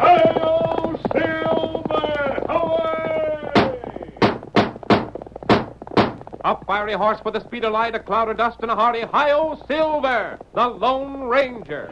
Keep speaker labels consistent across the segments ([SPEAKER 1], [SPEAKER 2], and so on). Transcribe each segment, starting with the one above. [SPEAKER 1] Hail Silver! Away!
[SPEAKER 2] A fiery horse with a speed of light, a cloud of dust, and a hearty hi-yo silver, the Lone Ranger.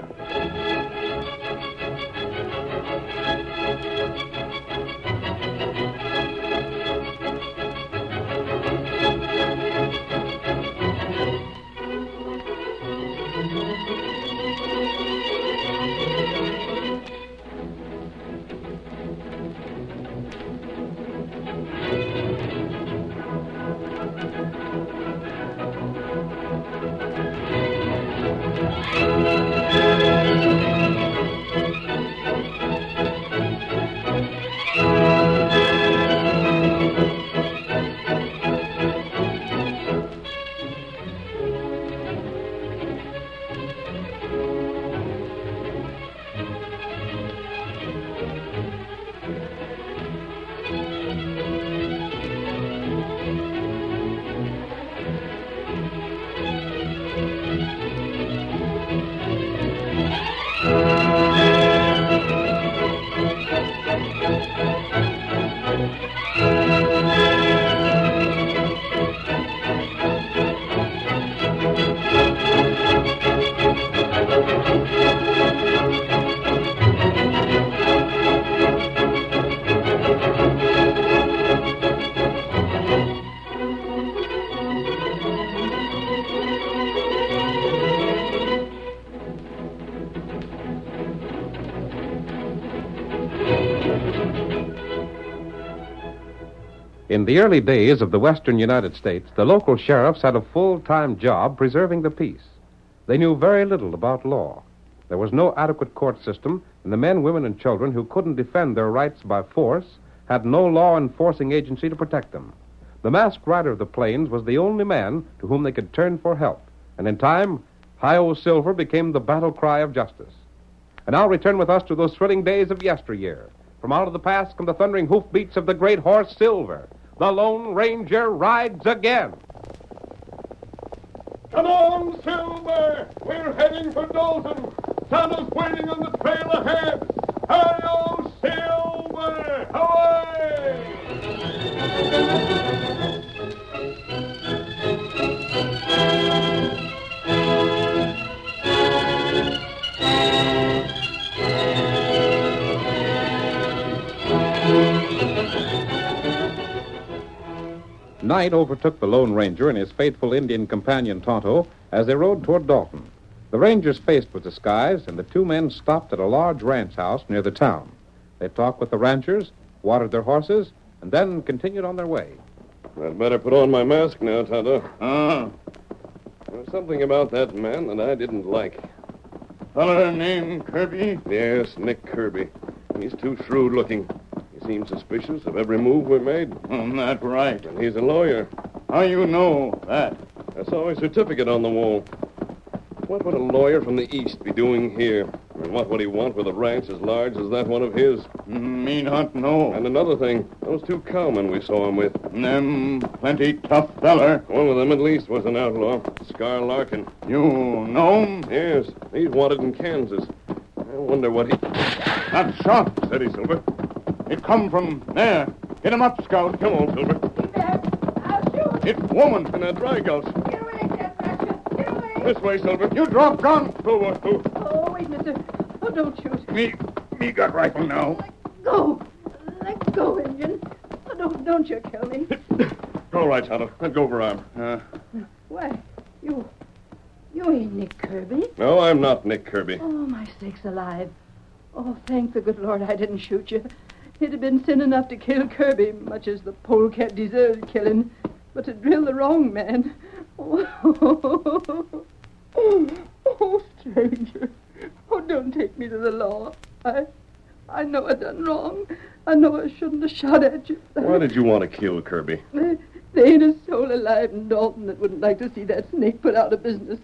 [SPEAKER 2] In the early days of the western United States, the local sheriffs had a full-time job preserving the peace. They knew very little about law. There was no adequate court system, and the men, women, and children who couldn't defend their rights by force had no law enforcing agency to protect them. The masked rider of the plains was the only man to whom they could turn for help, and in time, Hi-O Silver became the battle cry of justice. And now return with us to those thrilling days of yesteryear. From out of the past come the thundering hoofbeats of the great horse Silver. The Lone Ranger rides again.
[SPEAKER 1] Come on, Silver! We're heading for Dalton. Santa's waiting on the trail ahead. Hail Silver! Away!
[SPEAKER 2] Night overtook the Lone Ranger and his faithful Indian companion Tonto as they rode toward Dalton. The Ranger's face was disguised, and the two men stopped at a large ranch house near the town. They talked with the ranchers, watered their horses, and then continued on their way.
[SPEAKER 3] I'd better put on my mask now, Tonto.
[SPEAKER 4] Uh,
[SPEAKER 3] There was something about that man that I didn't like.
[SPEAKER 4] feller named Kirby?
[SPEAKER 3] Yes, Nick Kirby. He's too shrewd looking. He seems suspicious of every move we made,
[SPEAKER 4] Um, that right.
[SPEAKER 3] and he's a lawyer.
[SPEAKER 4] How you know that?
[SPEAKER 3] I saw his certificate on the wall. What would a lawyer from the East be doing here? And what would he want with a ranch as large as that one of his?
[SPEAKER 4] Mm, Me not know.
[SPEAKER 3] And another thing, those two cowmen we saw him with.
[SPEAKER 4] Them plenty tough feller.
[SPEAKER 3] One of them, at least, was an outlaw, Scar Larkin.
[SPEAKER 4] You know him?
[SPEAKER 3] Yes, he's wanted in Kansas. I wonder what he.
[SPEAKER 4] That shot.
[SPEAKER 3] Steady, Silver.
[SPEAKER 4] It come from there. Get him up, Scout.
[SPEAKER 3] Come on, Silver.
[SPEAKER 5] I'll shoot.
[SPEAKER 4] It woman.
[SPEAKER 3] And a dry gulch.
[SPEAKER 5] Get away, Jack. Get away.
[SPEAKER 3] This way, Silver.
[SPEAKER 4] You drop gun.
[SPEAKER 3] Silver, who?
[SPEAKER 5] Oh, wait, mister. Oh, don't shoot.
[SPEAKER 4] Me, me got rifle now.
[SPEAKER 5] Go. Let go, Indian. Oh, don't, don't you kill me.
[SPEAKER 3] All right, Tonto. Let's go for arm.
[SPEAKER 4] Uh,
[SPEAKER 5] Why, you, you ain't Nick Kirby.
[SPEAKER 3] No, I'm not Nick Kirby.
[SPEAKER 5] Oh, my sakes alive. Oh, thank the good Lord I didn't shoot you. It'd have been sin enough to kill Kirby, much as the polecat deserved killing. But to drill the wrong man. Oh, oh stranger. Oh, don't take me to the law. I, I know I done wrong. I know I shouldn't have shot at you.
[SPEAKER 3] Why did you want to kill Kirby?
[SPEAKER 5] There, There ain't a soul alive in Dalton that wouldn't like to see that snake put out of business.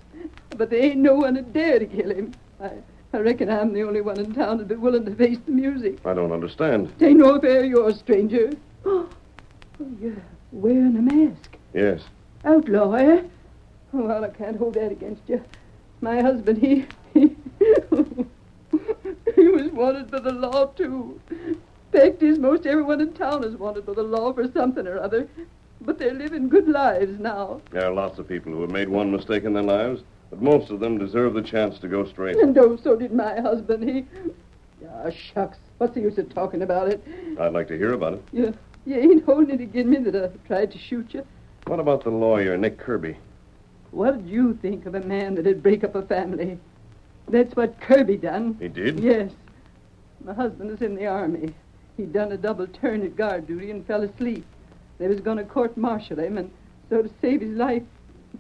[SPEAKER 5] But there ain't no one that dare to kill him. I, I reckon I'm the only one in town to be willing to face the music.
[SPEAKER 2] I don't understand.
[SPEAKER 5] It ain't no affair of yours, stranger. Oh, you're wearing a mask.
[SPEAKER 2] Yes.
[SPEAKER 5] Outlaw, eh? Oh, Well, I can't hold that against you. My husband, he. He, he was wanted by the law, too. Fact is, most everyone in town is wanted by the law for something or other. But they're living good lives now.
[SPEAKER 2] There are lots of people who have made one mistake in their lives, but most of them deserve the chance to go straight.
[SPEAKER 5] And oh, so did my husband. He. Ah, shucks. What's the use of talking about it?
[SPEAKER 2] I'd like to hear about it.
[SPEAKER 5] You, you ain't holding it against me that I tried to shoot you.
[SPEAKER 2] What about the lawyer, Nick Kirby?
[SPEAKER 5] What did you think of a man that'd break up a family? That's what Kirby done.
[SPEAKER 2] He did?
[SPEAKER 5] Yes. My husband is in the army. He'd done a double turn at guard duty and fell asleep. They was going to court martial him, and so to save his life,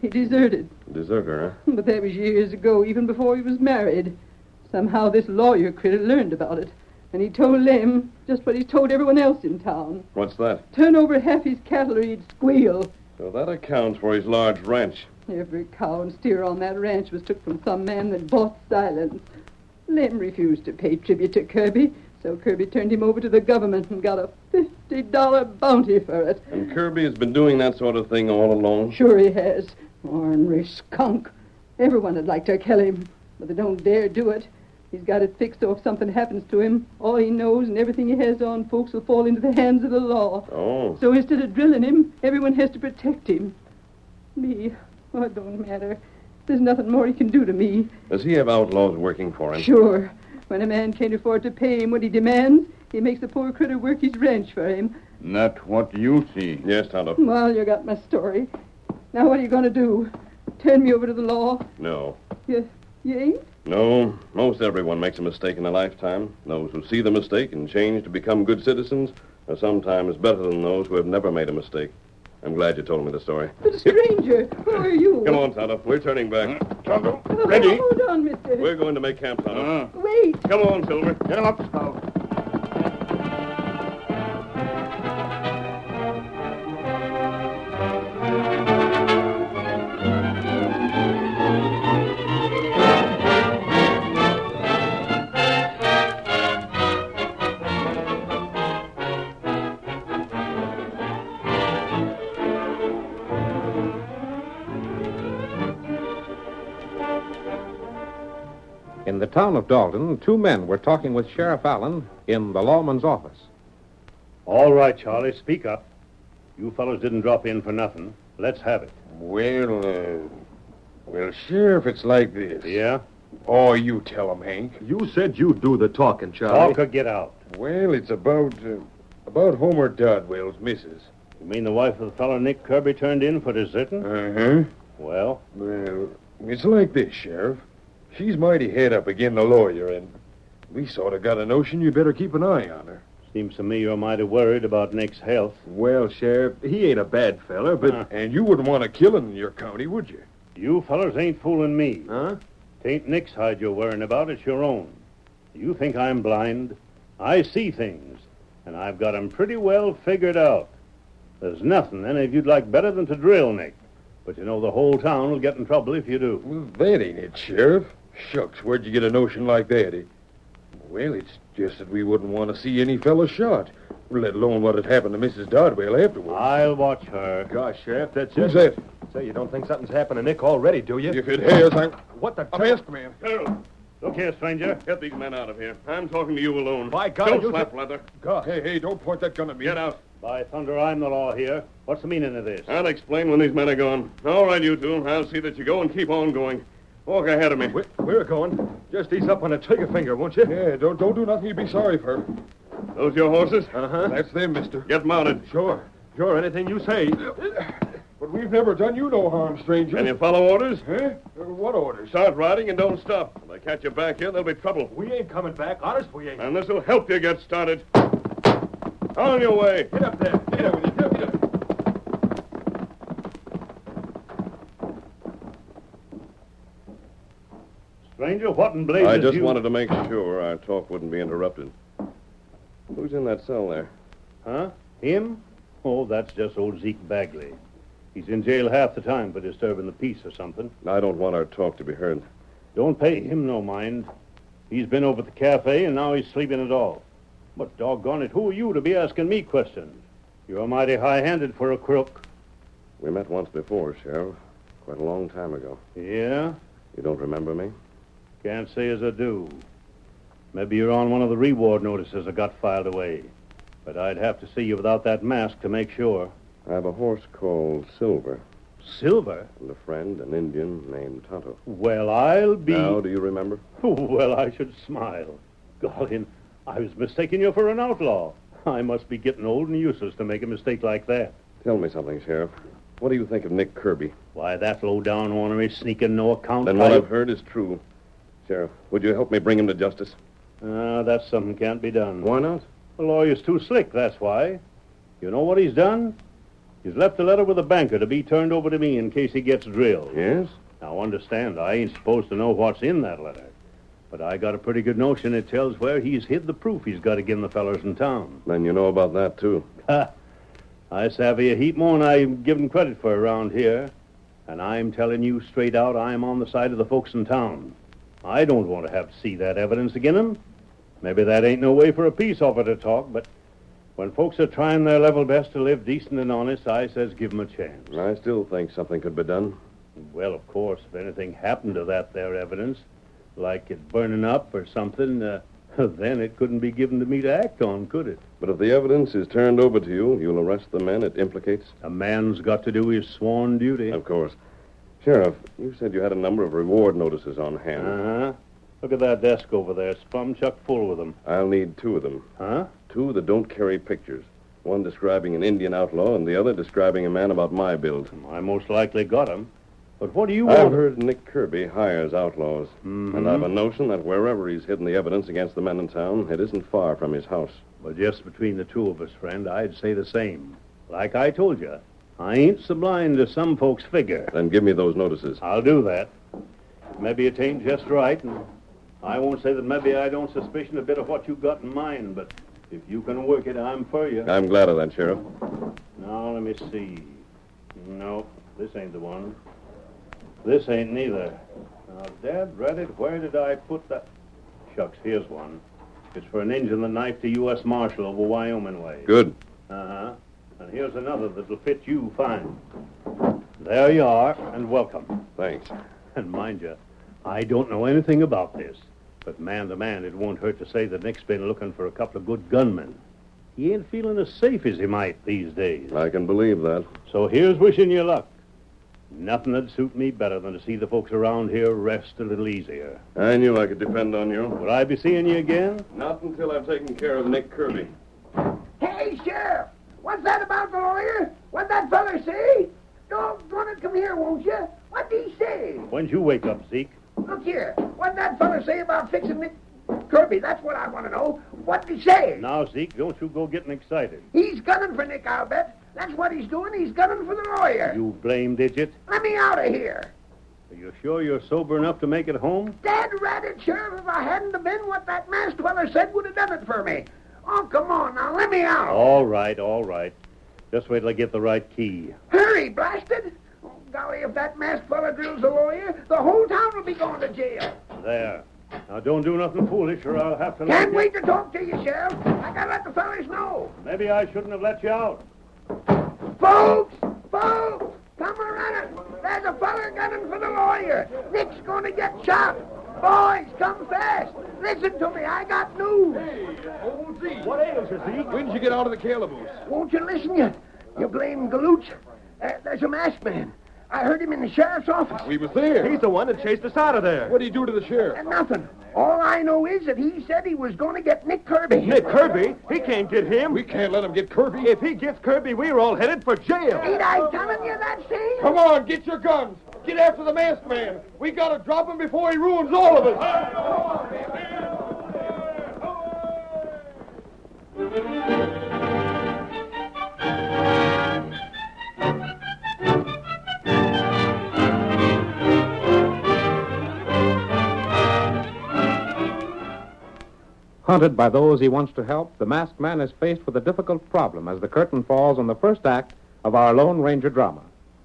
[SPEAKER 5] he deserted.
[SPEAKER 2] Deserter,
[SPEAKER 5] But that was years ago, even before he was married. Somehow this lawyer critter learned about it, and he told Lem just what he's told everyone else in town.
[SPEAKER 2] huh? What's that?
[SPEAKER 5] Turn over half his cattle or he'd squeal.
[SPEAKER 2] So that accounts for his large ranch.
[SPEAKER 5] Every cow and steer on that ranch was took from some man that bought silence. Lem refused to pay tribute to Kirby, so Kirby turned him over to the government and got a $50 bounty for it.
[SPEAKER 2] And Kirby has been doing that sort of thing all along.
[SPEAKER 5] Sure he has. Ornery skunk. Everyone would like to kill him, but they don't dare do it. He's got it fixed so if something happens to him, all he knows and everything he has on folks will fall into the hands of the law.
[SPEAKER 2] Oh.
[SPEAKER 5] So instead of drilling him, everyone has to protect him. Me, oh, it don't matter. There's nothing more he can do to me.
[SPEAKER 2] Does he have outlaws working for him?
[SPEAKER 5] Sure, when a man can't afford to pay him what he demands, he makes the poor critter work his ranch for him.
[SPEAKER 6] Not what you see.
[SPEAKER 2] Yes, Tonto.
[SPEAKER 5] Well, you got my story. Now what are you going to do? Turn me over to the law?
[SPEAKER 2] No.
[SPEAKER 5] You, you ain't?
[SPEAKER 2] No. Most everyone makes a mistake in a lifetime. Those who see the mistake and change to become good citizens are sometimes better than those who have never made a mistake. I'm glad you told me the story.
[SPEAKER 5] But stranger, who are you?
[SPEAKER 2] Come on, Tonto. We're turning back.
[SPEAKER 6] Tonto,
[SPEAKER 5] Oh,
[SPEAKER 6] ready?
[SPEAKER 5] Hold on, mister.
[SPEAKER 2] We're going to make camp, Tonto.
[SPEAKER 6] Uh,
[SPEAKER 5] Wait.
[SPEAKER 2] Come on, Silver.
[SPEAKER 6] get him up, Scout.
[SPEAKER 7] In the town of Dalton, two men were talking with Sheriff Allen in the lawman's office.
[SPEAKER 4] All right, Charlie, speak up. You fellows didn't drop in for nothing. Let's have it.
[SPEAKER 8] Well, uh, well, Sheriff, it's like this.
[SPEAKER 4] Yeah?
[SPEAKER 8] Or you tell 'em, Hank.
[SPEAKER 9] You said you'd do the talking, Charlie.
[SPEAKER 4] Talk or get out.
[SPEAKER 8] Well, it's about uh, about Homer Dodwell's missus.
[SPEAKER 4] You mean the wife of the fellow Nick Kirby turned in for deserting?
[SPEAKER 8] Uh huh.
[SPEAKER 4] Well,
[SPEAKER 8] Well, it's like this, Sheriff. She's mighty head up again the lawyer, and we sort of got a notion you better keep an eye on her.
[SPEAKER 4] seems to me you're mighty worried about Nick's health.
[SPEAKER 9] Well, Sheriff, he ain't a bad feller, but.
[SPEAKER 4] Huh.
[SPEAKER 8] And you wouldn't want to kill him in your county, would you?
[SPEAKER 4] You fellows ain't fooling me.
[SPEAKER 9] Huh?
[SPEAKER 4] Tain't Nick's hide you're worrying about, it's your own. You think I'm blind? I see things, and I've got 'em pretty well figured out. There's nothing any of you'd like better than to drill Nick. But you know the whole town will get in trouble if you do.
[SPEAKER 8] Well, that ain't it, Sheriff. Shucks, where'd you get a notion like that? eh? Well, it's just that we wouldn't want to see any fellow shot, let alone what had happened to Mrs. Dodwell afterwards.
[SPEAKER 4] I'll watch her.
[SPEAKER 9] Gosh, Sheriff, that's
[SPEAKER 8] Who's
[SPEAKER 9] it.
[SPEAKER 8] that?
[SPEAKER 9] Ah, Say, you don't think something's happened to Nick already, do you?
[SPEAKER 8] If it has, I'm
[SPEAKER 9] What the.
[SPEAKER 8] a masked man.
[SPEAKER 4] Look here, stranger.
[SPEAKER 2] Get these men out of here. I'm talking to you alone.
[SPEAKER 9] By God,
[SPEAKER 2] Don't
[SPEAKER 9] you
[SPEAKER 2] slap
[SPEAKER 9] ju-
[SPEAKER 2] leather.
[SPEAKER 9] God.
[SPEAKER 8] Hey, hey, don't point that gun at me.
[SPEAKER 2] Get out.
[SPEAKER 4] By thunder, I'm the law here. What's the meaning of this?
[SPEAKER 2] I'll explain when these men are gone. All right, you two. I'll see that you go and keep on going. Walk ahead of me.
[SPEAKER 9] We're, we're going. Just ease up on the trigger finger, won't you?
[SPEAKER 8] Yeah, don't, don't do nothing you'd be sorry for.
[SPEAKER 2] Those your horses?
[SPEAKER 9] Uh-huh.
[SPEAKER 8] That's them, mister.
[SPEAKER 2] Get mounted.
[SPEAKER 9] Sure. Sure, anything you say.
[SPEAKER 8] But we've never done you no harm, stranger.
[SPEAKER 2] Can you follow orders?
[SPEAKER 8] Huh? Uh, What orders?
[SPEAKER 2] Start riding and don't stop. If they catch you back here, there'll be trouble.
[SPEAKER 9] We ain't coming back. Honest, we ain't.
[SPEAKER 2] And this will help you get started. On your way.
[SPEAKER 9] Get up there. Get up there. Get up there.
[SPEAKER 4] Stranger, what in blazes
[SPEAKER 2] I just
[SPEAKER 4] you...
[SPEAKER 2] wanted to make sure our talk wouldn't be interrupted. Who's in that cell there?
[SPEAKER 4] Huh? Him? Oh, that's just old Zeke Bagley. He's in jail half the time for disturbing the peace or something.
[SPEAKER 2] I don't want our talk to be heard.
[SPEAKER 4] Don't pay him no mind. He's been over at the cafe, and now he's sleeping it off. But doggone it, who are you to be asking me questions? You're mighty high-handed for a crook.
[SPEAKER 2] We met once before, Sheriff. Quite a long time ago.
[SPEAKER 4] Yeah?
[SPEAKER 2] You don't remember me?
[SPEAKER 4] Can't say as I do. Maybe you're on one of the reward notices I got filed away. But I'd have to see you without that mask to make sure.
[SPEAKER 2] I have a horse called Silver,
[SPEAKER 4] Silver?
[SPEAKER 2] and a friend, an Indian named Tonto.
[SPEAKER 4] Well, I'll be.
[SPEAKER 2] Now, do you remember?
[SPEAKER 4] Well, I should smile. Golly, I was mistaking you for an outlaw. I must be getting old and useless to make a mistake like that.
[SPEAKER 2] Tell me something, Sheriff. What do you think of Nick Kirby?
[SPEAKER 4] Why, that low-down ornery, sneaking, no account.
[SPEAKER 2] Then what
[SPEAKER 4] type-
[SPEAKER 2] I've heard is true. Sheriff, would you help me bring him to justice?
[SPEAKER 4] Ah, that's something can't be done.
[SPEAKER 2] Why not?
[SPEAKER 4] The lawyer's too slick, that's why. You know what he's done? He's left a letter with a banker to be turned over to me in case he gets drilled.
[SPEAKER 2] Yes?
[SPEAKER 4] Now, understand, I ain't supposed to know what's in that letter. But I got a pretty good notion it tells where he's hid the proof he's got agin the fellers in town.
[SPEAKER 2] Then you know about that, too.
[SPEAKER 4] I savvy a heap more than I'm given credit for around here. And I'm telling you straight out, I'm on the side of the folks in town. I don't want to have to see that evidence again 'em. Maybe that ain't no way for a peace officer to talk, but when folks are trying their level best to live decent and honest, I says give 'em a chance.
[SPEAKER 2] I still think something could be done.
[SPEAKER 4] Well, of course, if anything happened to that there evidence, like it burning up or something, uh, then it couldn't be given to me to act on, could it?
[SPEAKER 2] But if the evidence is turned over to you, you'll arrest the men it implicates?
[SPEAKER 4] A man's got to do his sworn duty.
[SPEAKER 2] Of course. Sheriff, you said you had a number of reward notices on hand.
[SPEAKER 4] Uh-huh. Look at that desk over there, spum chuck full with them.
[SPEAKER 2] I'll need two of them.
[SPEAKER 4] Huh?
[SPEAKER 2] Two that don't carry pictures. One describing an Indian outlaw, and the other describing a man about my build.
[SPEAKER 4] I most likely got 'em. Uh, But what do you
[SPEAKER 2] I've
[SPEAKER 4] want?
[SPEAKER 2] heard Nick Kirby hires outlaws, and I've a notion that wherever he's hidden the evidence against the men in town, it isn't far from his house.
[SPEAKER 4] Well, just between the two of us, friend, I'd say the same. Like I told you, I ain't so blind to some folks' figure.
[SPEAKER 2] Then give me those notices.
[SPEAKER 4] I'll do that. Maybe it ain't just right, and I won't say that maybe I don't suspicion a bit of what you got in mind, but if you can work it, I'm for you.
[SPEAKER 2] I'm glad of that, Sheriff.
[SPEAKER 4] Now, let me see. No, this ain't the one. This ain't neither. Now, Dad, read it. Where did I put that? Shucks, here's one. It's for an engine that knifed a U.S. Marshal over Wyoming way.
[SPEAKER 2] Good.
[SPEAKER 4] Uh huh. And here's another that'll fit you fine. There you are, and welcome.
[SPEAKER 2] Thanks.
[SPEAKER 4] And mind you, I don't know anything about this. But man to man, it won't hurt to say that Nick's been looking for a couple of good gunmen. He ain't feeling as safe as he might these days.
[SPEAKER 2] I can believe that.
[SPEAKER 4] So here's wishing you luck. Nothing would suit me better than to see the folks around here rest a little easier.
[SPEAKER 2] I knew I could depend on you.
[SPEAKER 4] Would I be seeing you again?
[SPEAKER 2] Not until I've taken care of Nick Kirby.
[SPEAKER 10] Hey, Sheriff! What's that about the lawyer? What'd that feller say? Doggone it, come here, won't you? What'd he say?
[SPEAKER 4] When'd you wake up, Zeke?
[SPEAKER 10] Look here. What'd that feller say about fixing Nick Kirby? That's what I want to know. What'd he say?
[SPEAKER 4] Now, Zeke, don't you go getting excited.
[SPEAKER 10] He's gunning for Nick, I'll bet. That's what he's doing. He's gunning for the lawyer.
[SPEAKER 4] You blame digit.
[SPEAKER 10] Let me out of here.
[SPEAKER 4] Are you sure you're sober enough to make it home?
[SPEAKER 10] Dad ratted, Sheriff, if I hadn't have been what that masked feller said would have done it for me. Oh, come on now. Let me out.
[SPEAKER 4] All right, all right. Just wait till I get the right key.
[SPEAKER 10] Hurry, blasted. Oh, golly, if that masked feller drills the lawyer, the whole town will be going to jail.
[SPEAKER 4] There. Now, don't do nothing foolish, or I'll have to. let
[SPEAKER 10] Can't
[SPEAKER 4] you-
[SPEAKER 10] wait to talk to you, Sheriff. I gotta let the fellas know.
[SPEAKER 4] Maybe I shouldn't have let you out.
[SPEAKER 10] Folks, folks, come around. There's a feller gunning for the lawyer. Nick's gonna get shot. Boys, come fast. Listen to me. I got news.
[SPEAKER 9] Old Zeke. What ails you, Zeke? When did you get out of the calaboose?
[SPEAKER 10] Won't you listen? You, you blame Galooch. Uh, there's a masked man. I heard him in the sheriff's office.
[SPEAKER 9] We was there. He's the one that chased us out of there. What did he do to the sheriff?
[SPEAKER 10] And nothing. All I know is that he said he was gonna get Nick Kirby.
[SPEAKER 9] Nick Kirby? He can't get him. We can't let him get Kirby. If he gets Kirby, we're all headed for jail.
[SPEAKER 10] Ain't I telling you that, Steve?
[SPEAKER 9] Come on, get your guns. Get after the masked man. We gotta drop him before he ruins all of us.
[SPEAKER 7] Hunted by those he wants to help, the masked man is faced with a difficult problem as the curtain falls on the first act of our Lone Ranger drama.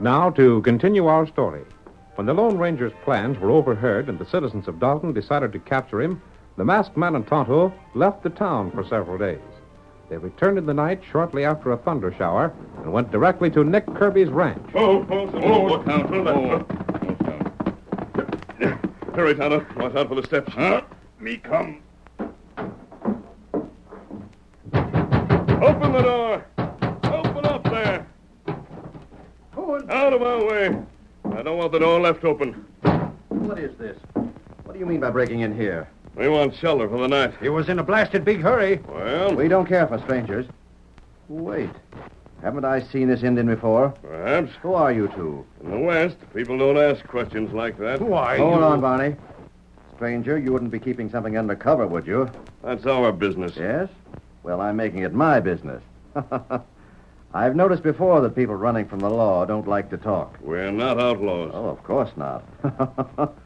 [SPEAKER 7] Now, to continue our story. When the Lone Ranger's plans were overheard and the citizens of Dalton decided to capture him, the masked man and Tonto left the town for several days. They returned in the night shortly after a thunder shower and went directly to Nick Kirby's ranch.
[SPEAKER 2] Oh, oh, oh, look out. Oh. Hurry, Tonto. Watch out for the steps. Huh?
[SPEAKER 6] Me come.
[SPEAKER 2] Open the door. Open up there. Out of my way. I don't want the door left open.
[SPEAKER 11] What is this? What do you mean by breaking in here?
[SPEAKER 2] We want shelter for the night.
[SPEAKER 11] You was in a blasted big hurry.
[SPEAKER 2] Well?
[SPEAKER 11] We don't care for strangers. Wait. Haven't I seen this Indian before?
[SPEAKER 2] Perhaps.
[SPEAKER 11] Who are you two?
[SPEAKER 2] In the West, people don't ask questions like that.
[SPEAKER 11] Why? Hold on, Barney. Stranger, you wouldn't be keeping something under cover, would you?
[SPEAKER 2] That's our business.
[SPEAKER 11] Yes? Well, I'm making it my business. I've noticed before that people running from the law don't like to talk.
[SPEAKER 2] We're not outlaws.
[SPEAKER 11] Oh, of course not.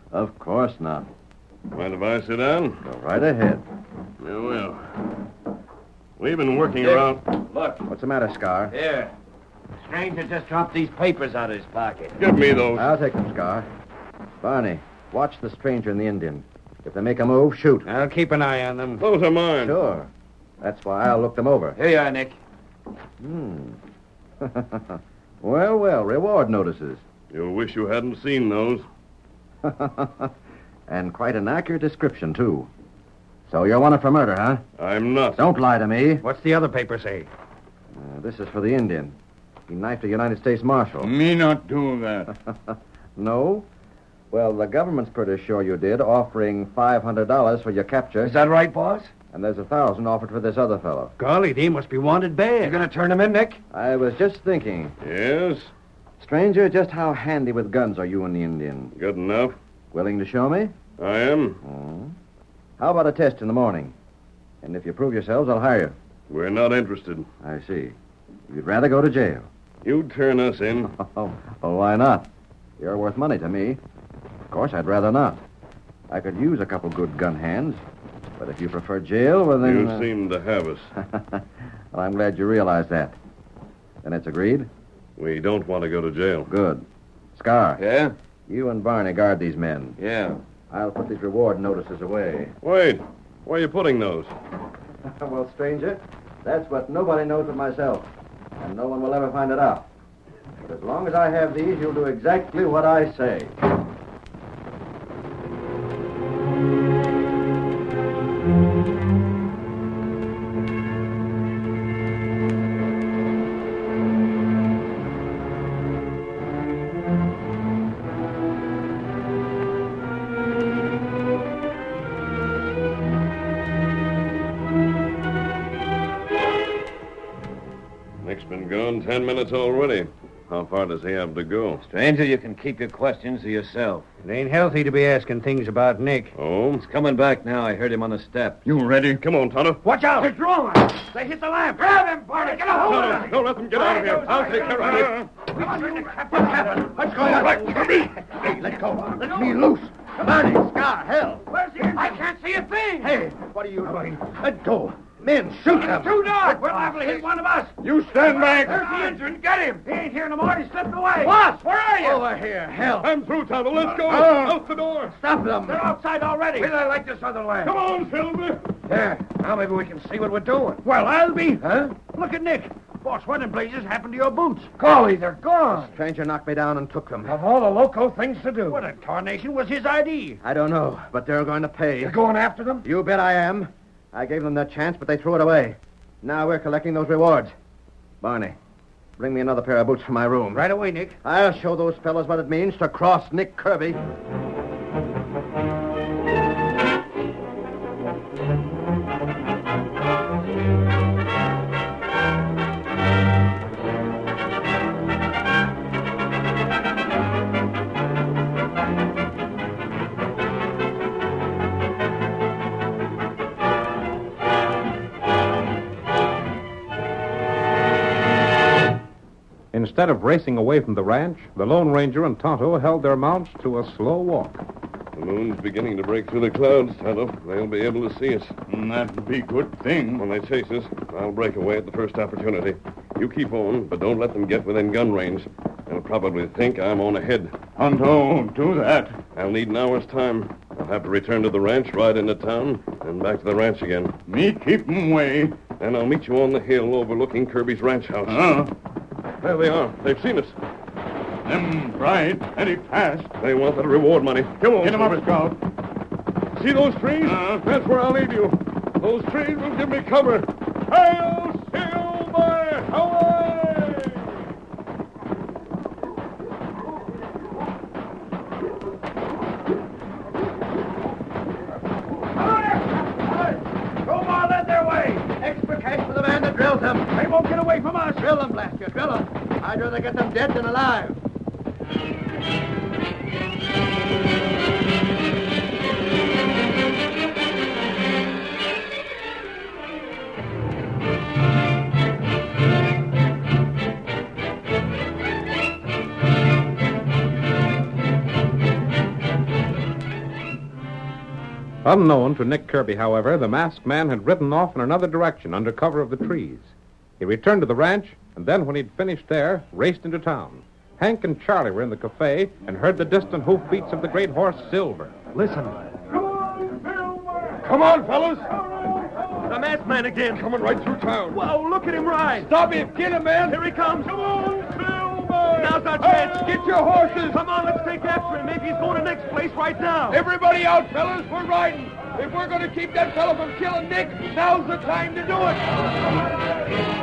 [SPEAKER 11] of course not.
[SPEAKER 2] Mind if I sit down?
[SPEAKER 11] Go right ahead.
[SPEAKER 2] You will. We've been working
[SPEAKER 11] Dick.
[SPEAKER 2] around.
[SPEAKER 11] Look. What's the matter, Scar?
[SPEAKER 12] Here. Stranger just dropped these papers out of his pocket.
[SPEAKER 2] Give me those.
[SPEAKER 11] I'll take them, Scar. Barney, watch the stranger and the Indian. If they make a move, shoot.
[SPEAKER 12] I'll keep an eye on them.
[SPEAKER 2] Those are mine.
[SPEAKER 11] Sure. That's why I'll look them over.
[SPEAKER 12] Here you are, Nick.
[SPEAKER 11] Hmm. well, well, reward notices.
[SPEAKER 2] You wish you hadn't seen those.
[SPEAKER 11] and quite an accurate description, too. So you're wanted for murder, huh?
[SPEAKER 2] I'm not.
[SPEAKER 11] Don't lie to me.
[SPEAKER 12] What's the other paper say?
[SPEAKER 11] Uh, this is for the Indian. He knifed a United States Marshal.
[SPEAKER 6] Me not do that.
[SPEAKER 11] no? Well, the government's pretty sure you did, offering $500 for your capture.
[SPEAKER 12] Is that right, boss?
[SPEAKER 11] And there's a thousand offered for this other fellow.
[SPEAKER 12] Golly, they must be wanted bad. You gonna turn them in, Nick?
[SPEAKER 11] I was just thinking,
[SPEAKER 2] Yes?
[SPEAKER 11] stranger, just how handy with guns are you and the Indian?
[SPEAKER 2] Good enough.
[SPEAKER 11] Willing to show me?
[SPEAKER 2] I am.
[SPEAKER 11] Hmm. How about a test in the morning? And if you prove yourselves, I'll hire you.
[SPEAKER 2] We're not interested.
[SPEAKER 11] I see. You'd rather go to jail.
[SPEAKER 2] You turn us in.
[SPEAKER 11] Oh, well, why not? You're worth money to me. Of course, I'd rather not. I could use a couple good gun hands. But if you prefer jail, well, then.
[SPEAKER 2] you
[SPEAKER 11] uh,
[SPEAKER 2] seem to have us.
[SPEAKER 11] well, I'm glad you realize that. Then it's agreed?
[SPEAKER 2] We don't want to go to jail.
[SPEAKER 11] Good. Scar,
[SPEAKER 12] Yeah?
[SPEAKER 11] you and Barney guard these men.
[SPEAKER 12] Yeah.
[SPEAKER 11] I'll put these reward notices away.
[SPEAKER 2] Wait. Where are you putting those?
[SPEAKER 11] well, stranger, that's what nobody knows but myself. And no one will ever find it out. But as long as I have these, you'll do exactly what I say.
[SPEAKER 2] Nick's been gone ten minutes already. How far does he have to go?
[SPEAKER 12] Stranger, you can keep your questions to yourself.
[SPEAKER 13] It ain't healthy to be asking things about Nick.
[SPEAKER 2] Oh?
[SPEAKER 12] He's coming back now. I heard him on the step.
[SPEAKER 2] You ready? Come on, Tonto.
[SPEAKER 12] Watch out!
[SPEAKER 10] They're drawn. They hit the lamp. Grab him, Barney. Get a hold of him.
[SPEAKER 2] Don't let them get out of here. I'll take care of it.
[SPEAKER 10] What's happened? Let's go. Right for me. Hey, let go. Let me loose. Barney, Scar, hell. Where's the I can't see a thing. Hey, what are you doing? Let go. Men, shoot them. Too dark. We're liable to hit one of us.
[SPEAKER 6] You stand back.
[SPEAKER 10] There's the engine. Get him. He ain't here no more. He slipped away.
[SPEAKER 6] What?
[SPEAKER 10] Where are you?
[SPEAKER 6] Over here. Hell.
[SPEAKER 2] I'm through, Tonto. Let's go.
[SPEAKER 6] Uh,
[SPEAKER 2] out the door.
[SPEAKER 10] Stop them. They're outside already. We don't like this other way.
[SPEAKER 2] Come on, Silver.
[SPEAKER 10] There. Now maybe we can see what we're doing.
[SPEAKER 13] Well, I'll be.
[SPEAKER 10] Huh? Look at Nick. Boss, what in blazes happened to your boots?
[SPEAKER 13] Golly, they're gone.
[SPEAKER 11] Stranger knocked me down and took them.
[SPEAKER 13] Of all the loco things to do.
[SPEAKER 10] What in tarnation was his ID?
[SPEAKER 11] I don't know, but they're going to pay.
[SPEAKER 13] You're going after them?
[SPEAKER 11] You bet I am. I gave them their chance, but they threw it away. Now we're collecting those rewards. Barney, bring me another pair of boots from my room.
[SPEAKER 13] Right away, Nick.
[SPEAKER 11] I'll show those fellows what it means to cross Nick Kirby.
[SPEAKER 7] Instead of racing away from the ranch, the Lone Ranger and Tonto held their mounts to a slow walk.
[SPEAKER 2] The moon's beginning to break through the clouds, Tonto. They'll be able to see us.
[SPEAKER 6] That'd Mm, be a good thing.
[SPEAKER 2] When they chase us, I'll break away at the first opportunity. You keep on, but don't let them get within gun range. They'll probably think I'm on ahead.
[SPEAKER 6] Tonto, don't do that.
[SPEAKER 2] I'll need an hour's time. I'll have to return to the ranch, ride into town, and back to the ranch again.
[SPEAKER 6] Me keep 'em away.
[SPEAKER 2] And I'll meet you on the hill overlooking Kirby's ranch house.
[SPEAKER 6] Huh?
[SPEAKER 2] There they are. They've seen us.
[SPEAKER 6] Them bright, very fast.
[SPEAKER 2] They want that reward money. Come on,
[SPEAKER 6] Get 'em up,
[SPEAKER 2] Silver.
[SPEAKER 6] Scout.
[SPEAKER 2] See those trees? That's where I'll leave you. Those trees will give me cover. Hail, Silver! Away!
[SPEAKER 10] Go on in their way.
[SPEAKER 11] Extra cash for the man that drills them.
[SPEAKER 10] They won't get away from us.
[SPEAKER 11] Drill them, blast you, drill them. I'd rather get them dead than alive.
[SPEAKER 7] Unknown to Nick Kirby, however, the masked man had ridden off in another direction under cover of the trees. He returned to the ranch, and then, when he'd finished there, raced into town. Hank and Charlie were in the cafe and heard the distant hoofbeats of the great horse Silver.
[SPEAKER 13] Listen.
[SPEAKER 9] Come on, fellas.
[SPEAKER 10] The masked man again.
[SPEAKER 9] Coming right through town.
[SPEAKER 10] Whoa, look at him ride.
[SPEAKER 9] Stop him. Get him, man.
[SPEAKER 10] Here he comes.
[SPEAKER 9] Come on, Silver.
[SPEAKER 10] Now's our chance.
[SPEAKER 9] Get your horses.
[SPEAKER 10] Come on, let's take after him. Maybe he's going to next place right now.
[SPEAKER 9] Everybody out, fellas. We're riding. If we're going to keep that fellow from killing Nick, now's the time to do it.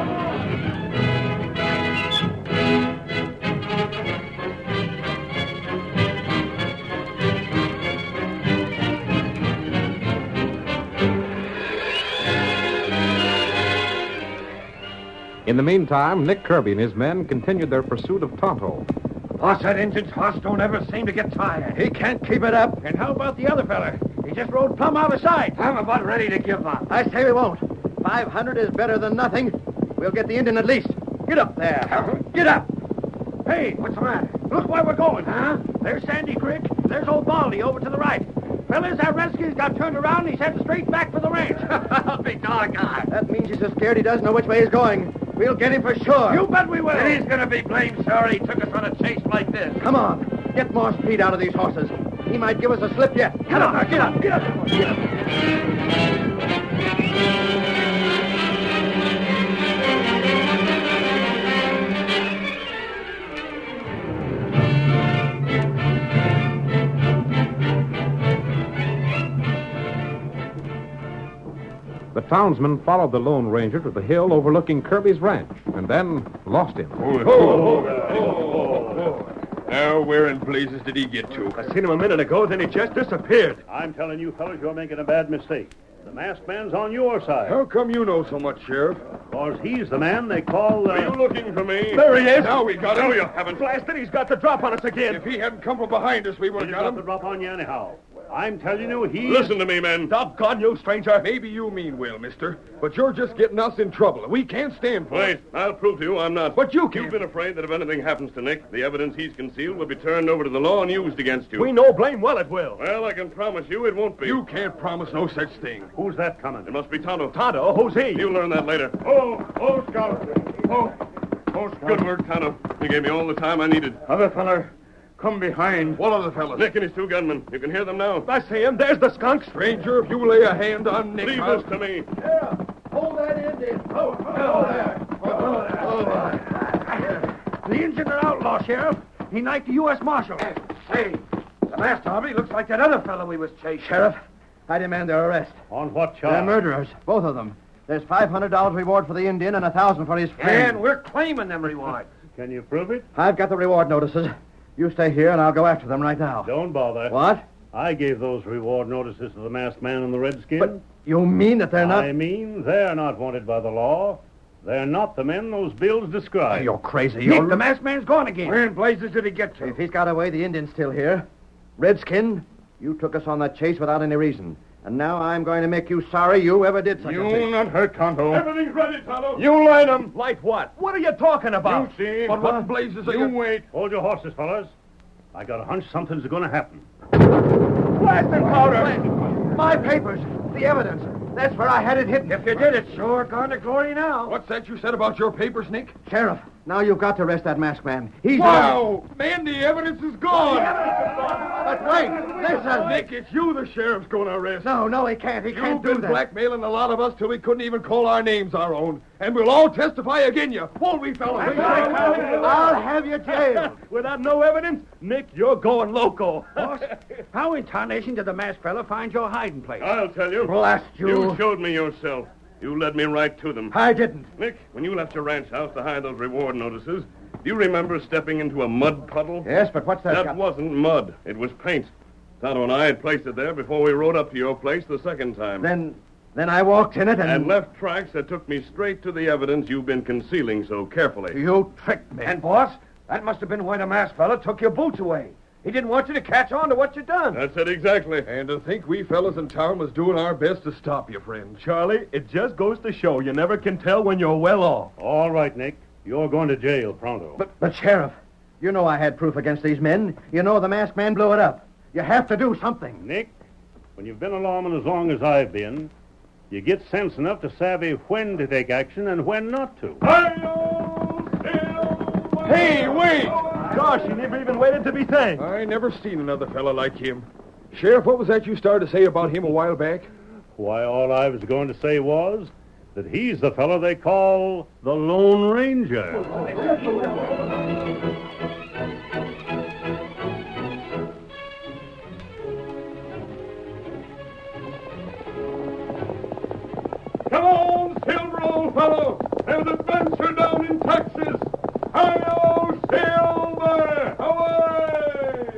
[SPEAKER 7] In the meantime, Nick Kirby and his men continued their pursuit of Tonto.
[SPEAKER 10] Boss, that engine's horse don't ever seem to get tired.
[SPEAKER 11] He can't keep it up.
[SPEAKER 10] And how about the other fella? He just rode plumb out of sight. I'm about ready to give up.
[SPEAKER 11] I say we won't. 500 is better than nothing. We'll get the Indian at least. Get up there.
[SPEAKER 10] Get up! Hey, what's the matter? Look where we're going. Huh? There's Sandy Creek. There's old Baldy over to the right. Fellas, that redskin's got turned around and he's heading straight back for the ranch. I'll be doggone.
[SPEAKER 11] That means he's so scared he doesn't know which way he's going. We'll get him for sure.
[SPEAKER 10] You bet we will.
[SPEAKER 12] And he's gonna be blamed sorry he took us on a chase like this.
[SPEAKER 11] Come on. Get more speed out of these horses. He might give us a slip yet.
[SPEAKER 10] Come on, now, get up, get up. Get up.
[SPEAKER 7] The townsmen followed the Lone Ranger to the hill overlooking Kirby's ranch and then lost him.
[SPEAKER 8] Now, where in blazes did he get to?
[SPEAKER 12] I seen him a minute ago, then he just disappeared.
[SPEAKER 4] I'm telling you, fellas, you're making a bad mistake. The masked man's on your side.
[SPEAKER 8] How come you know so much, Sheriff?
[SPEAKER 4] Because he's the man they call. Uh...
[SPEAKER 14] Are you looking for me?
[SPEAKER 4] There he is.
[SPEAKER 14] Now we got him.
[SPEAKER 4] No, you
[SPEAKER 14] haven't.
[SPEAKER 15] Blasted, he's got the drop on us again.
[SPEAKER 14] If he hadn't come from behind us, we would have
[SPEAKER 4] got him. the drop on you anyhow. I'm telling you, he.
[SPEAKER 14] Listen to me, men.
[SPEAKER 10] Doggone you, stranger. Maybe you mean well, mister. But you're just getting us in trouble, and we can't stand for
[SPEAKER 2] Wait,
[SPEAKER 10] it.
[SPEAKER 2] I'll prove to you I'm not.
[SPEAKER 10] But you can't.
[SPEAKER 2] You've been afraid that if anything happens to Nick, the evidence he's concealed will be turned over to the law and used against you.
[SPEAKER 15] We know blame well it will.
[SPEAKER 2] Well, I can promise you it won't be.
[SPEAKER 10] You can't promise no such thing.
[SPEAKER 4] Who's that coming?
[SPEAKER 2] It must be Tonto.
[SPEAKER 15] Tonto? Who's he?
[SPEAKER 2] You'll learn that later.
[SPEAKER 16] Oh, oh, Scout. Oh, oh, Scout.
[SPEAKER 2] Good work, Tonto. You gave me all the time I needed.
[SPEAKER 16] Other feller, come behind.
[SPEAKER 10] What other fellas?
[SPEAKER 2] Nick and his two gunmen. You can hear them now.
[SPEAKER 15] I see him. There's the skunk.
[SPEAKER 10] Stranger, if you lay a hand on Nick.
[SPEAKER 2] Leave
[SPEAKER 10] I'll-
[SPEAKER 2] this to me.
[SPEAKER 17] Yeah. Hold that Indian. Oh, hello there. Hello there.
[SPEAKER 18] The Indian an outlaw, Sheriff. He knifed the U.S. Marshal.
[SPEAKER 17] Hey,
[SPEAKER 18] The masked army looks like that other fellow we was chasing.
[SPEAKER 11] Sheriff, I demand their arrest.
[SPEAKER 4] On what
[SPEAKER 11] They're
[SPEAKER 4] charge?
[SPEAKER 11] murderers, both of them. There's $500 reward for the Indian and 1000 for his friend.
[SPEAKER 18] And we're claiming them rewards.
[SPEAKER 4] Can you prove it?
[SPEAKER 11] I've got the reward notices. You stay here, and I'll go after them right now.
[SPEAKER 4] Don't bother.
[SPEAKER 11] What?
[SPEAKER 4] I gave those reward notices to the masked man and the redskin.
[SPEAKER 11] But you mean that they're not...
[SPEAKER 4] I mean, they're not wanted by the law. They're not the men those bills describe.
[SPEAKER 11] You're crazy.
[SPEAKER 18] Nick,
[SPEAKER 11] You're...
[SPEAKER 18] the masked man's gone again.
[SPEAKER 15] Where in blazes did he get to?
[SPEAKER 11] If he's got away, the Indian's still here. Redskin, you took us on that chase without any reason. And now I'm going to make you sorry you ever did such a
[SPEAKER 16] You
[SPEAKER 11] thing.
[SPEAKER 16] not hurt, Tonto.
[SPEAKER 2] Everything's ready, Tonto.
[SPEAKER 16] You light him.
[SPEAKER 15] Light what? What are you talking
[SPEAKER 16] You
[SPEAKER 15] about?
[SPEAKER 16] see.
[SPEAKER 15] But
[SPEAKER 10] What blazes are
[SPEAKER 16] You
[SPEAKER 10] you...
[SPEAKER 16] wait.
[SPEAKER 4] Hold your horses, fellas. I got a hunch something's going to happen.
[SPEAKER 18] Blasted powder. My papers, the evidence. That's where I had it hidden. If you did it, sure gone to glory now.
[SPEAKER 10] What's that you said about your papers, Nick?
[SPEAKER 11] Sheriff, now you've got to arrest that masked man. He's...
[SPEAKER 10] Wow! Man, the evidence is gone!
[SPEAKER 11] But wait, listen.
[SPEAKER 10] Nick, it's you the sheriff's going to arrest.
[SPEAKER 11] No, no, he can't. He
[SPEAKER 10] You've
[SPEAKER 11] can't
[SPEAKER 10] been
[SPEAKER 11] do that.
[SPEAKER 10] blackmailing a lot of us till we couldn't even call our names our own. And we'll all testify again you, won't we, fellas?
[SPEAKER 11] I'll have you jailed.
[SPEAKER 15] Ah, Without no evidence, Nick, you're going loco.
[SPEAKER 18] How in tarnation did the masked fella find your hiding place?
[SPEAKER 2] I'll tell you.
[SPEAKER 11] Blast you.
[SPEAKER 2] You showed me yourself. You led me right to them.
[SPEAKER 11] I didn't.
[SPEAKER 2] Nick, when you left your ranch house to hide those reward notices, do you remember stepping into a mud puddle?
[SPEAKER 11] Yes, but what's that?
[SPEAKER 2] That
[SPEAKER 11] got-
[SPEAKER 2] wasn't mud. It was paint. Tonto and I had placed it there before we rode up to your place the second time.
[SPEAKER 11] Then, then I walked in it and,
[SPEAKER 2] and left tracks that took me straight to the evidence you've been concealing so carefully.
[SPEAKER 11] You tricked me.
[SPEAKER 15] And, boss, that must have been why the masked fella took your boots away. He didn't want you to catch on to what you done.
[SPEAKER 2] That's it exactly.
[SPEAKER 10] And to think we fellas in town was doing our best to stop you, friend.
[SPEAKER 15] Charlie, it just goes to show you never can tell when you're well off.
[SPEAKER 4] All right, Nick. You're going to jail pronto.
[SPEAKER 11] but, but sheriff, you know I had proof against these men. You know the masked man blew it up. You have to do something.
[SPEAKER 4] Nick, when you've been a lawman as long as I've been, you get sense enough to savvy when to take action and when not to.
[SPEAKER 10] Hey, wait!
[SPEAKER 15] Gosh, he never even waited to be thanked.
[SPEAKER 10] I never seen another fella like him. Sheriff, what was that you started to say about him a while back?
[SPEAKER 4] Why, all I was going to say was that he's the fellow they call the Lone Ranger.
[SPEAKER 14] Come on, Silver, old fellow. There's adventure down in Texas. Hi-yo, Silver! Away!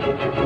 [SPEAKER 10] Hey,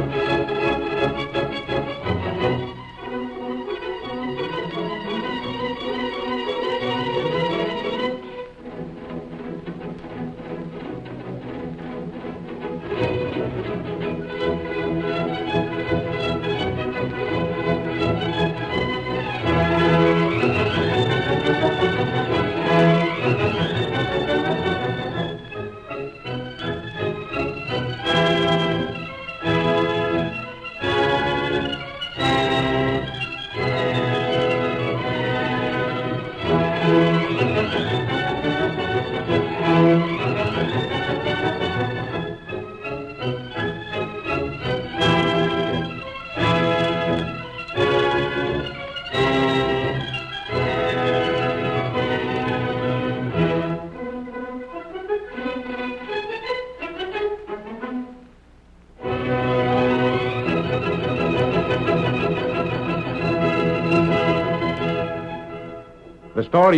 [SPEAKER 4] The story